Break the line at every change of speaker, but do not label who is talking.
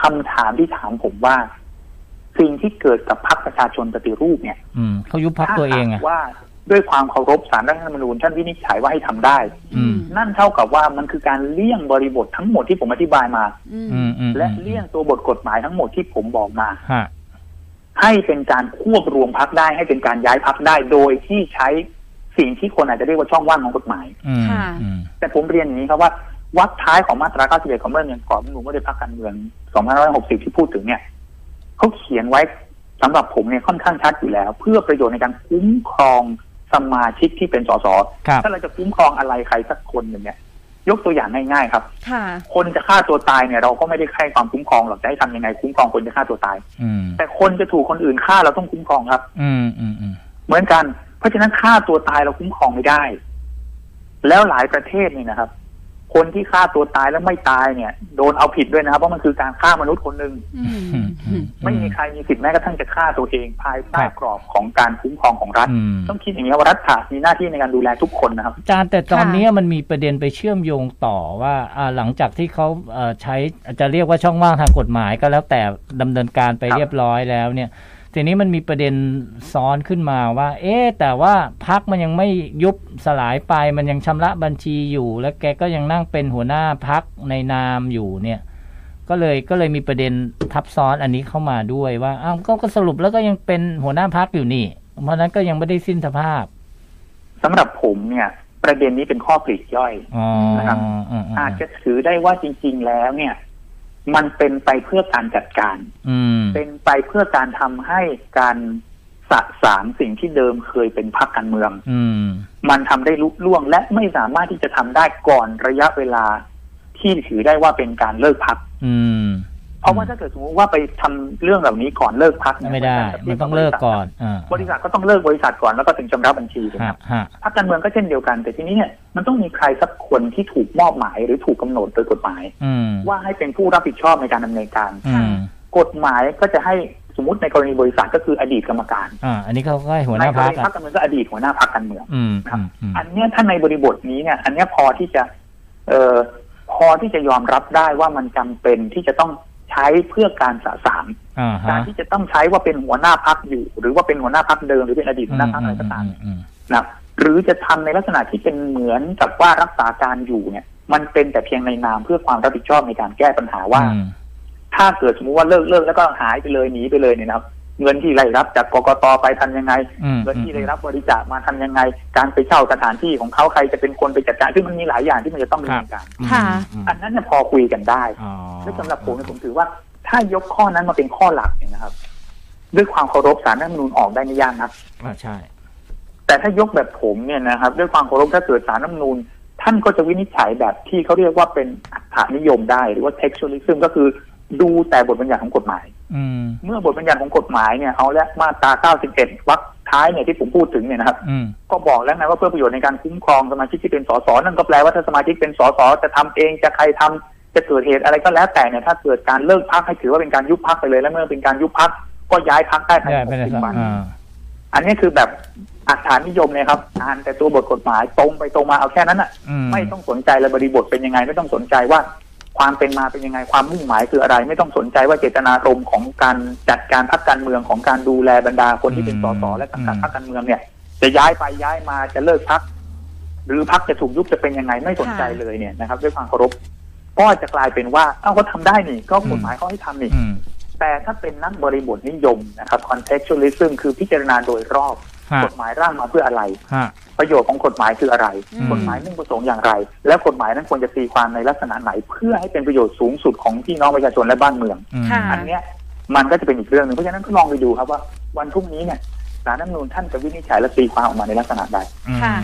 คำถามที่ถามผมว่า สิ่งที่เกิดกับพรรคประชาชนปฏิรูปเนี่ย
อืมเขายุบพักตัวเอง
ถ้า
อ่ะ
หากว่าด้วยความเคารพสารรัฐธรรมนูญท่านวินิจฉัยว่าให้ทำได้
อืม
นั่นเท่ากับว่ามันคือการเลี่ยงบริบททั้งหมดที่ผมอธิบายมา
อืม
อืมอืม
และเลี่ยงตัวบทกฎหมายทั้งหมดที่ผมบอกมา
ฮะ
ให้เป็นการควบรวมพักได้ให้เป็นการย้ายพักได้โดยที่ใช้สิ่งที่คนอาจจะเรียกว่าช่องว่างของกฎหมาย
อืมอืม
แต่ผมเรียนอย่างนี้ครับว่าวักท้ายของมาตรา 91 ของเมื่อเรียนก่อนหนูว่าด้วยพักการเมือง 2560 ที่พูดถึงเนี่ยเขาเขียนไว้สำหรับผมเนี่ยค่อนข้างชัดอยู่แล้ว เพื่อประโยชน์ในการคุ้มครองสมาชิกที่เป็นสส
ครับ
ถ้าเราจะคุ้มครองอะไรใครสักคนหนึ่งเนี่ย ยกตัวอย่างง่ายๆครับ
ค่ะ
คนจะฆ่าตัวตายเนี่ยเราก็ไม่ได้ให้ความคุ้มครองหรอกจะให้ทำยังไงคุ้มครองคนจะฆ่าตัวตาย
อืม
แต่คนจะถูกคนอื่นฆ่าเราต้องคุ้มครองครับ
อืมอืมอืม
เหมือนกัน เพราะฉะนั้นฆ่าตัวตายเราคุ้มครองไม่ได้ แล้วหลายประเทศนี่นะครับ คนที่ฆ่าตัวตายแล้วไม่ตายเนี่ย โดนเอาผิดด้วยนะครับ เพราะมันคือการฆ่ามนุษย์คนหนึ่ง
อืม
อืมอืม
ไม่มีใครมีสิทธิ์แม้กระทั่งจะฆ่าตัวเองภายใต้
ครับ
กรอบของการคุ้มครองของรัฐ
อืม
ต้องคิดอย่างนี้ว่ารัฐามีหน้าที่ในการดูแลทุกคนนะครับ
อาจารย์แต่ตอนนี้มันมีประเด็นไปเชื่อมโยงต่อว่าอ่าหลังจากที่เขาเอ่อใช้จะเรียกว่าช่องว่างทางกฎหมายก็แล้วแต่ดำเนินการไป
ครับ
เรียบร้อยแล้วเนี่ย ทีนี้มันมีประเด็นซ้อนขึ้นมาว่า เอ๊ะแต่ว่าพักมันยังไม่ยุบสลายไป มันยังชำระบัญชีอยู่ และแกก็ยังนั่งเป็นหัวหน้าพักในนามอยู่เนี่ย ก็เลยก็เลยมีประเด็นทับซ้อนอันนี้เข้ามาด้วยว่าอ้าวก็ก็สรุปแล้วก็ยังเป็นหัวหน้าพักอยู่นี่ เพราะฉะนั้นก็ยังไม่ได้สิ้นสภาพ
สำหรับผมเนี่ย ประเด็นนี้เป็นข้อปลีกย่อย
อ๋อ
นะครับ
อืมอืม
อาจจะถือได้ว่าจริง ๆ แล้วเนี่ย มันเป็นไปเพื่อการจัดการ
อืม
เป็นไปเพื่อการทำให้การสะสางสิ่งที่เดิมเคยเป็นพรรคการเมือง
อืม
มันทำได้ลุล่วง และไม่สามารถที่จะทำได้ก่อนระยะเวลา ที่ถือได้ว่าเป็นการเลิกพัก
อืม
เพราะว่าถ้าเกิดสมมติว่าไปทำเรื่องเหล่านี้ก่อนเลิกพัก
ไม่ได้ มันต้องเลิกก่อนอ่า
บริษัทก็ต้องเลิกบริษัทก่อนแล้วก็ถึงชำระบัญชีถูกไหมค
ฮะ
รับ
ฮะ
พรรคการเมืองก็เช่นเดียวกัน แต่ทีนี้เนี่ยมันต้องมีใครสักคนที่ถูกมอบหมายหรือถูกกำหนดโดยกฎหมาย
อืม
ว่าให้เป็นผู้รับผิดชอบในการดำเนินการ
อืม
กฎหมายก็จะให้สมมติในกรณีบริษัทก็คืออดีตกรรมการ
อ่า อันนี้เขาก็ให้หัวหน้าพัก
ในกรณีพร
อ่ะ
รคการเมืองก็อดีตหัวหน้าพรรคการเมือง
อืมอืมอืม
อันเนี้ยถ้าในบริบทนี้เนี่ย อันเนี้ยพอที่จะ เอ่อพอที่จะยอมรับได้ว่ามันจำเป็นที่จะต้องใช้เพื่อการสะสาง
อ่าฮะ
การที่จะต้องใช้ว่าเป็นหัวหน้าพักอยู่ หรือว่าเป็นหัวหน้าพักเดิมหรือเป็นอดีตหัวหน้าพักอะไรก็ตาม
อืม
นะครับหรือจะทำในลักษณะที่เป็นเหมือนกับว่ารักษาการอยู่เนี่ย มันเป็นแต่เพียงในนามเพื่อความรับผิดชอบในการแก้ปัญหาว่า
อืม
ถ้าเกิดสมมติว่าเลิกเลิกแล้วก็หายไปเลยหนีไปเลยเนี่ยนะครับ เงินที่ได้รับจากกกตไปทำยังไง
อืม
เงินที่ได้รับบริจาคมาทำยังไง การไปเช่าสถานที่ของเขาใครจะเป็นคนไปจัดการซึ่งมันมีหลายอย่างที่มันจะต้องดำเนินการ
อืม
ค่ะ
อืม
อันนั้นเนี่ยพอคุยกันได้
อ๋อ
และสำหรับผมเนี่ยผมถือว่า ถ้ายกข้อนั้นมาเป็นข้อหลักเนี่ยนะครับ ด้วยความเคารพสารรัฐธรรมนูญออกได้ไม่ยากนะ
อ่าใช่
แต่ถ้ายกแบบผมเนี่ยนะครับ ด้วยความเคารพถ้าเกิดสารรัฐธรรมนูญท่านก็จะวินิจฉัยแบบที่เขาเรียกว่าเป็นอัตถนิยมได้หรือว่า textualism ก็คือดูแต่บทบัญญัติของกฎหมาย
อืม
เมื่อบทบัญญัติของกฎหมายเนี่ยเอาและมาตรา 91 วรรคท้ายเนี่ยที่ผมพูดถึงเนี่ยนะครับ
อืม
ก็บอกแล้วไงว่าเพื่อประโยชน์ในการคุ้มครองสมาชิกที่เป็นสสนั่นก็แปลว่าถ้าสมาชิกเป็นสสจะทำเองจะใครทำจะเกิดเหตุอะไรก็แล้วแต่เนี่ยถ้าเกิดการเลิกพักให้ถือว่าเป็นการยุบพักไปเลยแล้วเมื่อเป็นการยุบพักก็ย้ายพักได้ภาย
ได้
ใน
ไม่ได้
สิ
ครับ
วัน
อ่า
อันนี้คือแบบอัตถานิยมเลยครับอ่านแต่ตัวบทกฎหมายตรงไปตรงมาเอาแค่นั้นอ่ะ
อืม
ไม่ต้องสนใจระบริบทเป็นยังไง ไม่ต้องสนใจว่าความเป็นมาเป็นยังไงความมุ่งหมายคืออะไร ไม่ต้องสนใจว่าเจตนารมณ์ของการจัดการพรรคการเมืองของการดูแลบรรดาคนที่เป็นสสและสังกัดพรรคการเมืองเนี่ย จะย้ายไปย้ายมาจะเลิกพักหรือพักจะถูกยุบจะเป็นยังไงไม่สนใจเลยเนี่ยนะครับ ด้วยความเคารพก็จะกลายเป็นว่าเอ้าก็ทำได้นี่ ก็กฎหมายเขาให้ทำนี่
อืม
แต่ถ้าเป็นนักบริบทนิยมนะครับ contextualism คือพิจารณาโดยรอบ
ฮะ
กฎหมายร่างมาเพื่ออะไร
ฮะ
ประโยชน์ของกฎหมายคืออะไร
อืม
กฎหมายมุ่งประสงค์อย่างไร และกฎหมายนั้นควรจะตีความในลักษณะไหน เพื่อให้เป็นประโยชน์สูงสุดของพี่น้องประชาชนและบ้านเมือง
อืม
ค่ะ
อันเนี้ยมันก็จะเป็นอีกเรื่องหนึ่งเพราะฉะนั้นก็ลองไปดูครับว่าวันพรุ่งนี้เนี่ยสารรัฐธรรมนูญท่านจะวินิจฉัยและตีความออกมาในลักษณะใด
อืม
ค่ะ